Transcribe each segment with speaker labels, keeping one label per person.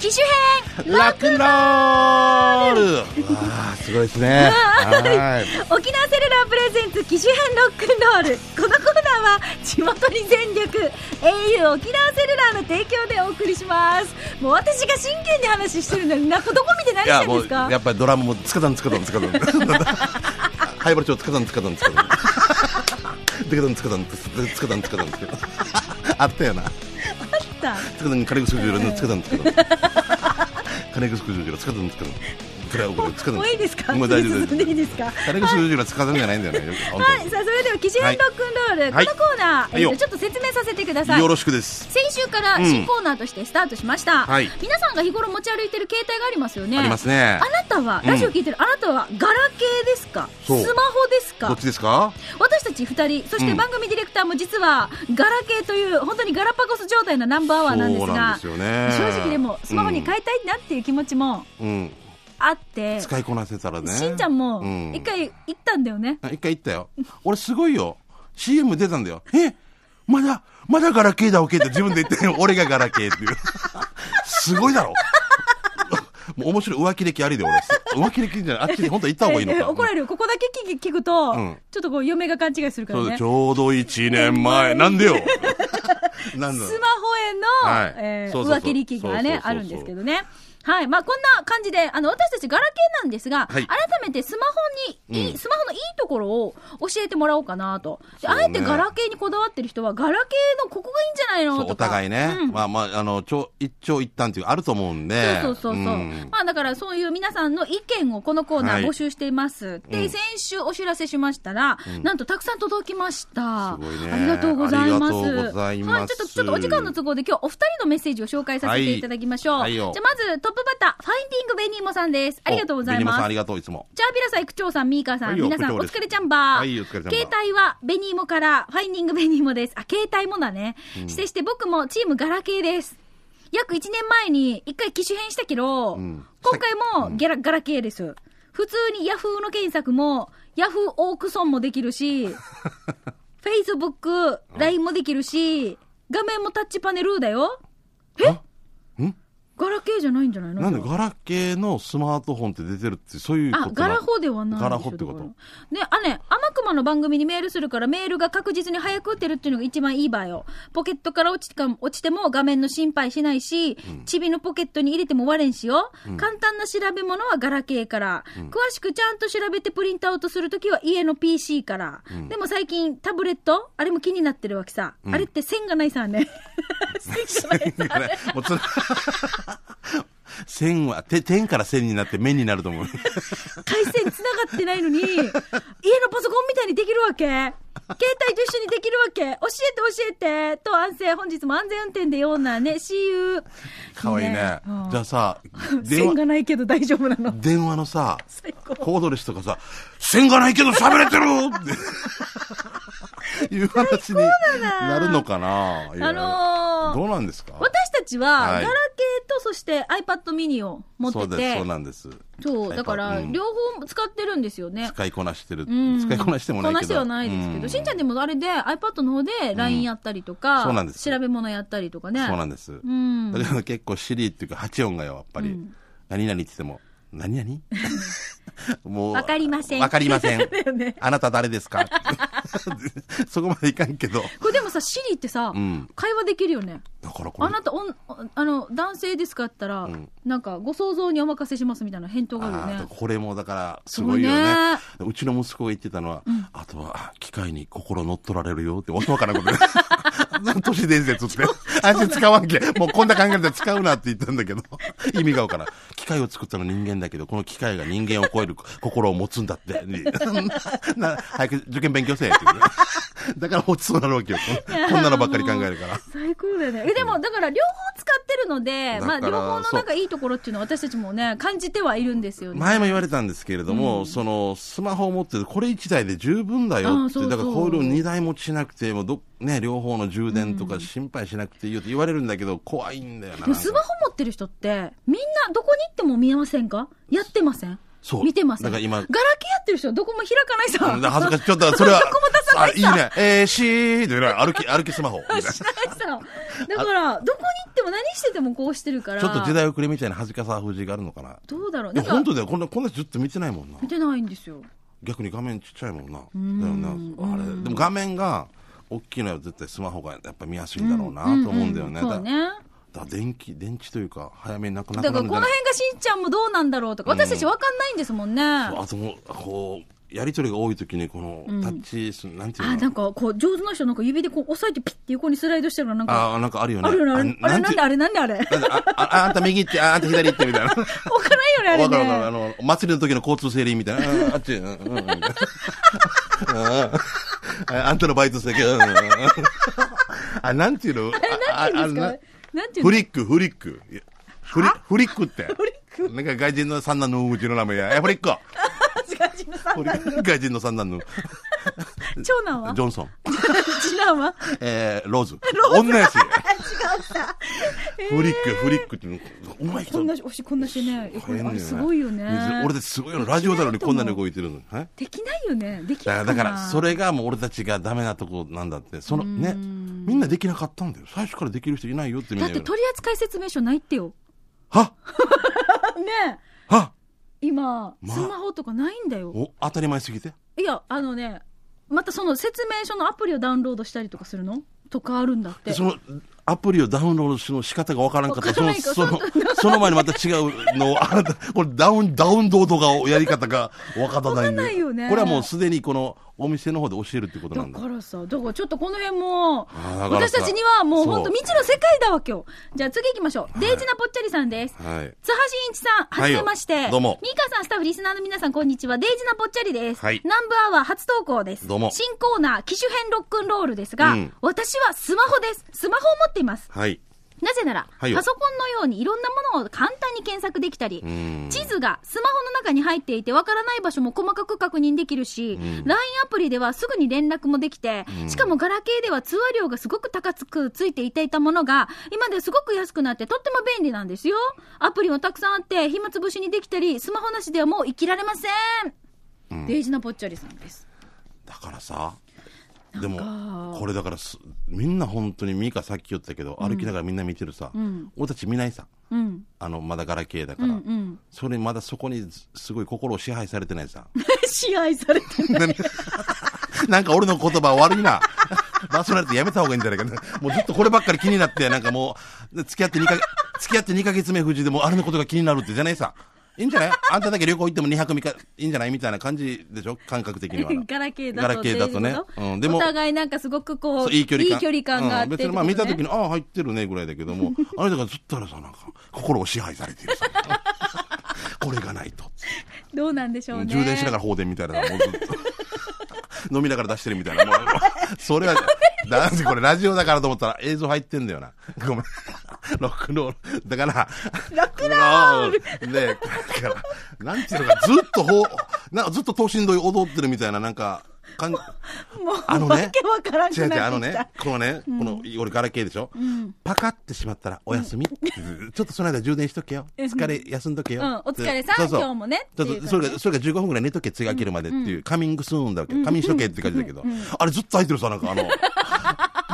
Speaker 1: 機種編
Speaker 2: ラックンロールわあすごいですねはい
Speaker 1: 沖縄セルラープレゼンツ機種編ロックンロールこのコーナーは地元に全力 au 沖縄セルラーの提供でお送りしますもう私が真剣に話してるのになんかどこ見て何
Speaker 2: い
Speaker 1: して
Speaker 2: や
Speaker 1: るん
Speaker 2: も
Speaker 1: で
Speaker 2: う
Speaker 1: すか
Speaker 2: やっぱりドラムもつかたんつかたんつかたんハイボル町つかたんつかたんつかたんつかたんつかたんつかたんつかたんつかたんあったよな
Speaker 1: だ
Speaker 2: つかたんカレースクジュールつかたんつかたんカレースクジュールつかたんつかたんこれはこれつかたん
Speaker 1: もういいですか
Speaker 2: もう大丈夫
Speaker 1: 進んでいいですか
Speaker 2: カレースクジュールつかたんじゃないんだよねよく本
Speaker 1: はいさあそれでは機種編ロックンロール、
Speaker 2: はい
Speaker 1: このコーナー、
Speaker 2: はいよ
Speaker 1: えーとちょっと説明させてくだ
Speaker 2: 当
Speaker 1: さ
Speaker 2: に
Speaker 1: い
Speaker 2: よろしくです
Speaker 1: 先週から新コーナーとしてスタートしました、
Speaker 2: はい
Speaker 1: 皆さんが日頃持ち歩いてる携帯がありますよね
Speaker 2: ありますね
Speaker 1: あなたは、
Speaker 2: うん
Speaker 1: ラジオ聞いてるあなたはガラケーですかスマ
Speaker 2: そう
Speaker 1: ホです
Speaker 2: ど
Speaker 1: か
Speaker 2: っちですか
Speaker 1: 私たち2人そして
Speaker 2: うん
Speaker 1: 番組ディレクターも実はガラケーという本当にガラパゴス状態のナンバーワンなんです
Speaker 2: そうなん
Speaker 1: が
Speaker 2: ですよね
Speaker 1: 正直でもスマホに変えたいなっていう気持ちも
Speaker 2: うん
Speaker 1: あって、
Speaker 2: 使いこなせたらね
Speaker 1: しんちゃんも
Speaker 2: う
Speaker 1: 一回行ったんだよね、
Speaker 2: あ一回行ったよ。俺すごいよ。CM 出たんだよ。えまだ、まだガラケーだ、オッケーって自分で言って、 俺がガラケーっていう。すごいだろ。 もう面白い浮気歴ありで俺。浮気歴じゃない。あっちに本当は行った方がいいの
Speaker 1: えー
Speaker 2: か。
Speaker 1: 怒られるここだけ聞き聞くと、
Speaker 2: うん
Speaker 1: ちょっとこう嫁が勘違いするか
Speaker 2: そ
Speaker 1: ら
Speaker 2: うだ
Speaker 1: ね
Speaker 2: ちょうど1年前。なん でよ。なんだ
Speaker 1: スマホへの、
Speaker 2: はい
Speaker 1: えー
Speaker 2: そうそうそう
Speaker 1: 浮気力がね
Speaker 2: そうそうそうそう
Speaker 1: あるんですけどね。はい。まあ、こんな感じで、あの、私たちガラケーなんですが、
Speaker 2: はい
Speaker 1: 改めてスマホに、いい
Speaker 2: うん
Speaker 1: スマホのいいところを教えてもらおうかなと。で
Speaker 2: そう
Speaker 1: あ
Speaker 2: ね
Speaker 1: えてガラケーにこだわってる人は、ガラケーのここがいいんじゃないの
Speaker 2: そ
Speaker 1: と
Speaker 2: う
Speaker 1: か。
Speaker 2: お互いね、
Speaker 1: うん
Speaker 2: まあまあ、あの、ちょ一長一短っていうあると思うんで。
Speaker 1: そうそうそうそう、
Speaker 2: ん
Speaker 1: まあだからそういう皆さんの意見をこのコーナー募集しています。
Speaker 2: う
Speaker 1: で、
Speaker 2: ん
Speaker 1: 先週お知らせしましたら、なんとたくさん届きました。
Speaker 2: すごいね
Speaker 1: ありがとうございます。
Speaker 2: ありがとうございます
Speaker 1: はい、ちょっと、ちょっとお時間の都合で今日お二人のメッセージを紹介させていただきましょう。
Speaker 2: はいはいよ
Speaker 1: じゃあまずトップバッター、ファインディングベニーモさんです。ありがとうござい
Speaker 2: おベニモさんあ
Speaker 1: ま
Speaker 2: り
Speaker 1: す。
Speaker 2: がとう、いつも。
Speaker 1: チャービラさん、区長さん、ミーカーさん、
Speaker 2: はいよ
Speaker 1: 皆さん、お
Speaker 2: 区長です
Speaker 1: 疲れちゃんばー。
Speaker 2: はいお疲れちゃんば
Speaker 1: 携帯は、ベニーモから、ファインディングベニーモです。あ、携帯もだね。してして、僕もチームガラケーです。約1年前に、一回機種変したけど、
Speaker 2: ん
Speaker 1: 今回もギャラ、ガラケーです。普通にヤフーの検索も、ヤフーオークソンもできる し、Facebook、LINE もできるし、画面もタッチパネルだよ。え
Speaker 2: ん
Speaker 1: ガラケーじゃないんじゃないの
Speaker 2: なんでガラケーのスマートフォンって出てるって、そういうこと
Speaker 1: あ
Speaker 2: な、
Speaker 1: ガラホではないんですよ
Speaker 2: ガラホってこと
Speaker 1: だからね、あね、天熊の番組にメールするから、メールが確実に早く打てるっていうのが一番いい場合よ。ポケットから落ちか落ちても画面の心配しないし、チビのポケットに入れても割れんしよ。簡単な調べ物はガラケーから、詳しくちゃんと調べてプリントアウトするときは家の PC から、でも最近タブレットあれも気になってるわけさ。あれって線がないさ ね。線がないさ。
Speaker 2: あれもうつ線は、て、点から線になって目になる と思う。
Speaker 1: 回線繋がってないのに、家のパソコンみたいにできるわけ。携帯と一緒にできるわけ。教えて教えて。と、安静。本日も安全運転でようなね、See you。
Speaker 2: かわいいね。じゃあさ、電
Speaker 1: 線
Speaker 2: 話、
Speaker 1: がないけど大丈夫なの。
Speaker 2: 電話のさ、
Speaker 1: 最高。
Speaker 2: コードレスとかさ、線がないけど喋れてるって いう話になるのかな。いや
Speaker 1: あのー
Speaker 2: どうなんですか
Speaker 1: 私たちは、
Speaker 2: は
Speaker 1: ガ
Speaker 2: い
Speaker 1: ラケーとそして iPad mini を持っ
Speaker 2: そう
Speaker 1: て
Speaker 2: です、
Speaker 1: て、
Speaker 2: そうなんです。
Speaker 1: そうだから、
Speaker 2: うん
Speaker 1: 両方使ってるんですよね。
Speaker 2: 使いこなしてる。
Speaker 1: うん
Speaker 2: 使いこなしてもな
Speaker 1: こ
Speaker 2: いけど。
Speaker 1: なしてはないですけど、
Speaker 2: う
Speaker 1: しんちゃんでもあれで iPad の方で LINE やったりとか、
Speaker 2: うんそうなんです
Speaker 1: 調べ物やったりとかね。
Speaker 2: そうなんです。
Speaker 1: うん
Speaker 2: だけど結構シリっていうか8音がよ、やっぱり。何々って言っても、何 々もう。
Speaker 1: わかりません
Speaker 2: わかりま せん。
Speaker 1: だよね。
Speaker 2: あなた誰ですか そこまでいかんけど。
Speaker 1: これでもさ、シリってさ、
Speaker 2: うん
Speaker 1: 会話できるよね。
Speaker 2: だからこれ。
Speaker 1: あなたおん、あの、男性ですかって言ったら、
Speaker 2: ん
Speaker 1: なんか、ご想像にお任せしますみたいな返答がある
Speaker 2: あ
Speaker 1: よ
Speaker 2: ー
Speaker 1: ね。
Speaker 2: これもだから、すごいよね
Speaker 1: す
Speaker 2: うちの息子が言ってたのは、あとは、機械に心乗っ取られるよって、わけわからんこと で。都市伝説って。あいつ使わんけ。もうこんな考えで使うなって言ったんだけど、意味がわからん。機械を作ったの人間だけど、この機械が人間を超える心を持つんだ って。な早く受験勉強せえって言うね。だから落ちそうなるわけよ。こんなのばっかり考えるから。
Speaker 1: 最高だよね。え、でも、だから、両方使ってるので、
Speaker 2: だ
Speaker 1: まあ、
Speaker 2: から
Speaker 1: 両方の
Speaker 2: そう
Speaker 1: 仲いいところっていうのは、私たちもね、感じてはいるんですよね。
Speaker 2: 前も言われたんですけれども、そのスマホを持ってて、これ1台で十分だよ
Speaker 1: ああ
Speaker 2: って、
Speaker 1: そうそう
Speaker 2: だからこういうの2台持ちしなくてもど、ね、両方の充電とか心配しなくていいよって言われるんだけど、怖いんだよな。
Speaker 1: でもスマホ持ってる人って、みんな、どこに行っても見えませんかやってません
Speaker 2: そう
Speaker 1: 見てます。
Speaker 2: だから今
Speaker 1: ガラケーやってる人はどこも開かないさ。
Speaker 2: うん 恥ずかしい。ちょっと、それは
Speaker 1: どこも出さ、
Speaker 2: あ、
Speaker 1: ないい
Speaker 2: い
Speaker 1: さ。
Speaker 2: ね。えー、しーで、歩き、歩きスマホ。みたいな
Speaker 1: 知らないさ。だから、どこに行っても何しててもこうしてるから。
Speaker 2: ちょっと時代遅れみたいな恥ずかさ藤があるのかな。
Speaker 1: どうだろう。
Speaker 2: い
Speaker 1: な
Speaker 2: や、
Speaker 1: んか
Speaker 2: 本、当だよ。こんな、こんなずっと見てないもんな。
Speaker 1: 見てないんですよ。
Speaker 2: 逆に画面ちっちゃいもんな。
Speaker 1: ん
Speaker 2: だよな。あれ。でも画面が、大きいのは絶対スマホがやっぱ見やすいんだろうなと思うんだよね。
Speaker 1: そうね。
Speaker 2: だだ電気、電池というか、早めになくな
Speaker 1: だか
Speaker 2: くな
Speaker 1: ら、
Speaker 2: るん
Speaker 1: こ
Speaker 2: じ
Speaker 1: の
Speaker 2: ゃ
Speaker 1: 辺が
Speaker 2: ない
Speaker 1: しんちゃんもどうなんだろうとか、私たちわかんないんですもんね。
Speaker 2: あともう、こう、やりとりが多い時に、この、タッチす、なんていう
Speaker 1: あ、
Speaker 2: の
Speaker 1: なんか、こう、上手な人なんか指でこう押さえてピッて横にスライドしてるのなんか、
Speaker 2: ああ、なんかあるよね。
Speaker 1: あるよね、あれ。あれなんであ
Speaker 2: れ
Speaker 1: れなんであれわか
Speaker 2: ああ、あんた右行って、ああんた左行って、みた いな。
Speaker 1: らんよ
Speaker 2: わ
Speaker 1: ね、
Speaker 2: かるわかる。
Speaker 1: あ
Speaker 2: あ
Speaker 1: れね。
Speaker 2: の、お祭りの時の交通整理みたいな。うんあっち、うん、うん、 うん。うんあんたのバイト先、うん、うん。あ、なんていうのあ
Speaker 1: あ
Speaker 2: あ
Speaker 1: れな
Speaker 2: な
Speaker 1: んて言うんですかなんていうの
Speaker 2: フリック、フリック。いやフリフリックって。
Speaker 1: フリッ
Speaker 2: なんか外人の三男のうちの名前や。え、フリックフリック外人の三男の、ジ
Speaker 1: 長男は
Speaker 2: ョンソン。
Speaker 1: 次男 は
Speaker 2: えー、ローズ。女やし。フリック、フリックって、うまい
Speaker 1: こ
Speaker 2: 人
Speaker 1: ん。な、おし、こんなしてね。えこれ、
Speaker 2: 変だ
Speaker 1: あ
Speaker 2: よ
Speaker 1: れ
Speaker 2: ね
Speaker 1: すごいよね。
Speaker 2: 水俺たちすごいよ。ラジオなのにこんなに動いてるのに。はい
Speaker 1: できないよね。できな
Speaker 2: だから、
Speaker 1: いか
Speaker 2: だ
Speaker 1: な。
Speaker 2: からそれがもう俺たちがダメなとこなんだって、そのね、みんなできなかったんだよ。最初からできる人いないよってみん
Speaker 1: だ
Speaker 2: な
Speaker 1: っ
Speaker 2: 言
Speaker 1: て
Speaker 2: うの。
Speaker 1: 取扱説明書ないってよ。
Speaker 2: は
Speaker 1: ね
Speaker 2: は
Speaker 1: え今、
Speaker 2: まあ
Speaker 1: スマホとかないんだよ。
Speaker 2: お、当たり前すぎて。
Speaker 1: いや、あのね、またその説明書のアプリをダウンロードしたりとかするのとかあるんだっ
Speaker 2: で
Speaker 1: て。
Speaker 2: その、アプリをダウンロードするの仕方がわからんかった。
Speaker 1: わか
Speaker 2: そ
Speaker 1: ら
Speaker 2: の、
Speaker 1: ないか
Speaker 2: その、その前にまた違うのを、あなた、これダウン、ダウンロードが、やり方がわからないんで
Speaker 1: わかんないよね
Speaker 2: これはもうすでにこの、お店の方で教えるってことな
Speaker 1: だ
Speaker 2: んだ。
Speaker 1: からさ、だからちょっとこの辺も
Speaker 2: あーだ、から
Speaker 1: 私
Speaker 2: さ
Speaker 1: たちにはもう本当
Speaker 2: そう
Speaker 1: 未知の世界だわけよ。じゃあ次行きましょう。デイジナポッチャリさんです。
Speaker 2: はい。
Speaker 1: 津波真一さん、は
Speaker 2: はい
Speaker 1: じ
Speaker 2: よ
Speaker 1: めまして。
Speaker 2: どうも
Speaker 1: ミーカさん、スタッフ、リスナーの皆さん、こんにちは。デイジナポッチャリです。
Speaker 2: はい
Speaker 1: 南部アワー初投稿です。
Speaker 2: どうも
Speaker 1: 新コーナー、機種編ロックンロールですが、
Speaker 2: うん
Speaker 1: 私はスマホです。スマホを持っています。
Speaker 2: はい。
Speaker 1: なぜなら、
Speaker 2: はいよ
Speaker 1: パソコンのようにいろんなものを簡単に検索できたり、
Speaker 2: ん
Speaker 1: 地図がスマホの中に入っていてわからない場所も細かく確認できるし、LINE アプリではすぐに連絡もできて、しかもガラケーでは通話料がすごく高くついていていたものが、今ではすごく安くなってとっても便利なんですよ。アプリもたくさんあって、暇つぶしにできたり、スマホなしではもう生きられません。デイジナポッチャリさんです。
Speaker 2: だからさ、でも
Speaker 1: か、
Speaker 2: これだからす、みんな本当に、ミカさっき言ったけど、歩きながらみんな見てるさ、俺たち見ないさ。
Speaker 1: うん。
Speaker 2: あの、まだガラケーだから。
Speaker 1: うん。
Speaker 2: それまだそこにずすごい心を支配されてないさ。
Speaker 1: 支配されてない。
Speaker 2: なんか俺の言葉悪いな。パーソナリティやめた方がいいんじゃないかな。もうずっとこればっかり気になって、なんかもう、付き合って2か月、付き合って2ヶ月目藤でもうあれのことが気になるってじゃないさ。いいんじゃないあんただけ旅行行っても2泊3日いいんじゃないみたいな感じでしょ感覚的にはな。
Speaker 1: ガラケーだと。
Speaker 2: ガラケーだと
Speaker 1: デ
Speaker 2: ね
Speaker 1: イジナ
Speaker 2: うんでも
Speaker 1: お互いなんかすごくこ、
Speaker 2: そうういい距離感。
Speaker 1: があって、
Speaker 2: うん別にまあ見た時
Speaker 1: の。
Speaker 2: に、ああ、入ってるねぐらいだけども、あれだからずっとあれさ、なんか、心を支配されているさ。 これがないと。
Speaker 1: どうなんでしょうね。
Speaker 2: 充電しながら放電みたいな、もうずっと 飲みながら出してるみたいな、もう、もうそ れは、だこれラジオだからと思ったら映像入ってんだよな。ごめん。 ロックンロール。だから、ロックンロールで、だから、なんていうのか、ずっとほう、なんかずっと等身どい踊ってるみたいな、なんか、かん
Speaker 1: もう、
Speaker 2: あの
Speaker 1: わ
Speaker 2: ね
Speaker 1: けわからんく
Speaker 2: 違う違う、
Speaker 1: な
Speaker 2: あの
Speaker 1: ってきた
Speaker 2: ね。、このね、この、俺ガラケーでしょ、パカってしまったらお休み、ちょっとその間充電しとけよ。疲れ、休んどけよ。
Speaker 1: うんお疲れさん
Speaker 2: そうそう
Speaker 1: 今日もね
Speaker 2: そうそう
Speaker 1: っていう感じ
Speaker 2: それが、それが15分ぐらい寝とけ、次が切るまでっていう、カミングスーンだわけ。カミンしとけって感じだけど、あれずっと空いてるさ、なんかあの、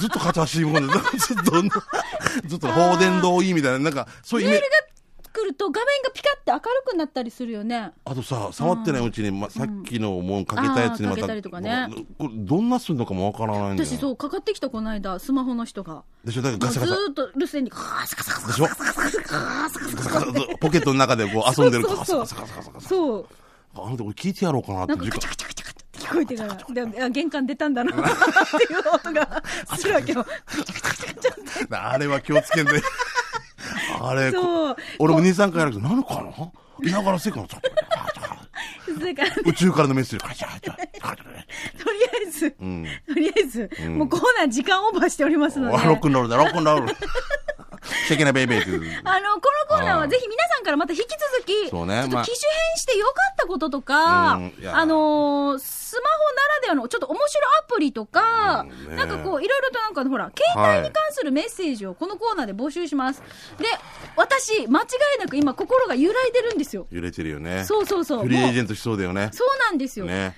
Speaker 2: ずっと片足もんで、 ずっと、ずっと放電動いいみたいな、なんか、そういうイ
Speaker 1: メ
Speaker 2: メ
Speaker 1: ールが来ると画面がピカって明るくなったりするよね。
Speaker 2: あとさ、触ってないうちに、ま、さっきのもうかけたやつにま
Speaker 1: あーかけ
Speaker 2: た、
Speaker 1: たりとかね
Speaker 2: これどんなすんのかもわからないんだよ。
Speaker 1: 私、そう、かかってきたこの間、スマホの人が。
Speaker 2: でしょだ
Speaker 1: も
Speaker 2: からガ
Speaker 1: う
Speaker 2: サ
Speaker 1: ず
Speaker 2: ガサ。
Speaker 1: ーっと留守電に、カーサカサカサ
Speaker 2: でしょ
Speaker 1: カサカサカサ
Speaker 2: ポケットの中でこう遊んでる
Speaker 1: そうそうそう
Speaker 2: カサカサカサカサ
Speaker 1: そう。
Speaker 2: あの時俺聞いてやろうかなって
Speaker 1: なんか
Speaker 2: 時
Speaker 1: カチャ
Speaker 2: 間
Speaker 1: カチャカチャカチャって聞こえてからであ、玄関出たんだなっていう音がするわけ よ。
Speaker 2: あれは気をつけんであれこ
Speaker 1: そう
Speaker 2: 俺も23回やるけど何かないながらせっかのちょっと
Speaker 1: だから、
Speaker 2: 宇宙からのメッセージカチャカチャカチャカチ
Speaker 1: とりあえず、とりあえず、もうコーナー時間オーバーしておりますので。
Speaker 2: ャロックンロールだロックンロールシェケナベイベーっていう
Speaker 1: あの、このコーナーはぜひ皆さんからまた引き続き、
Speaker 2: そうね
Speaker 1: ちょっと
Speaker 2: まあ
Speaker 1: 機種変して良かったこととか、
Speaker 2: うんいや
Speaker 1: あのースマホならではの、ちょっと面白アプリとか、
Speaker 2: うんね
Speaker 1: なんかこう、いろいろとなんか、ほら、携帯に関するメッセージをこのコーナーで募集します。で、私、間違いなく今、心が揺らいでるんですよ。
Speaker 2: 揺れてるよね。
Speaker 1: そうそうそう。
Speaker 2: フリーエ
Speaker 1: も
Speaker 2: ー
Speaker 1: う
Speaker 2: ジェントしそうだよね。
Speaker 1: そうなんですよ。
Speaker 2: ね。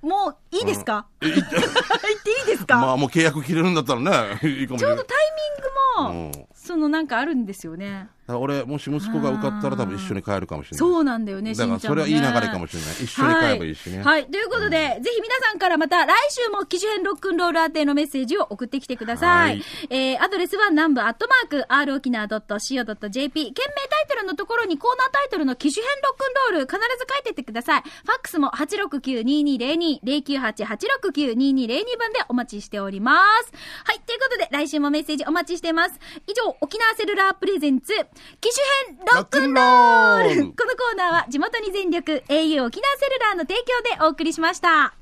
Speaker 1: もう、いいですか、 言っていいですか、
Speaker 2: まあもう契約切れるんだったらね、 いいかもし
Speaker 1: ちょ
Speaker 2: れ
Speaker 1: うど
Speaker 2: ない。
Speaker 1: タイミングも、
Speaker 2: うん
Speaker 1: そのなんかあるんですよね。
Speaker 2: だから俺、もし息子が受かったら多分一緒に帰るかもしれない。
Speaker 1: そうなんだよね、
Speaker 2: だから
Speaker 1: しんちゃん
Speaker 2: それはいい流れかもしれない。一緒に帰ればいいしね。
Speaker 1: はい。はいということで、ぜひ皆さんからまた来週も機種編ロックンロール宛てのメッセージを送ってきてください。
Speaker 2: はい
Speaker 1: えー、アドレスは南部アットマーク、r 沖縄 .co.jp、件名タイトルのところにコーナータイトルの機種編ロックンロール必ず書いてってください。ファックスも869-2202、098-869-2202番でお待ちしております。はい。ということで、来週もメッセージお待ちしてます。以上、沖縄セルラープレゼンツ、機種編ロックンロール
Speaker 2: ロックンロール
Speaker 1: このコーナーは地元に全力 au 沖縄セルラーの提供でお送りしました。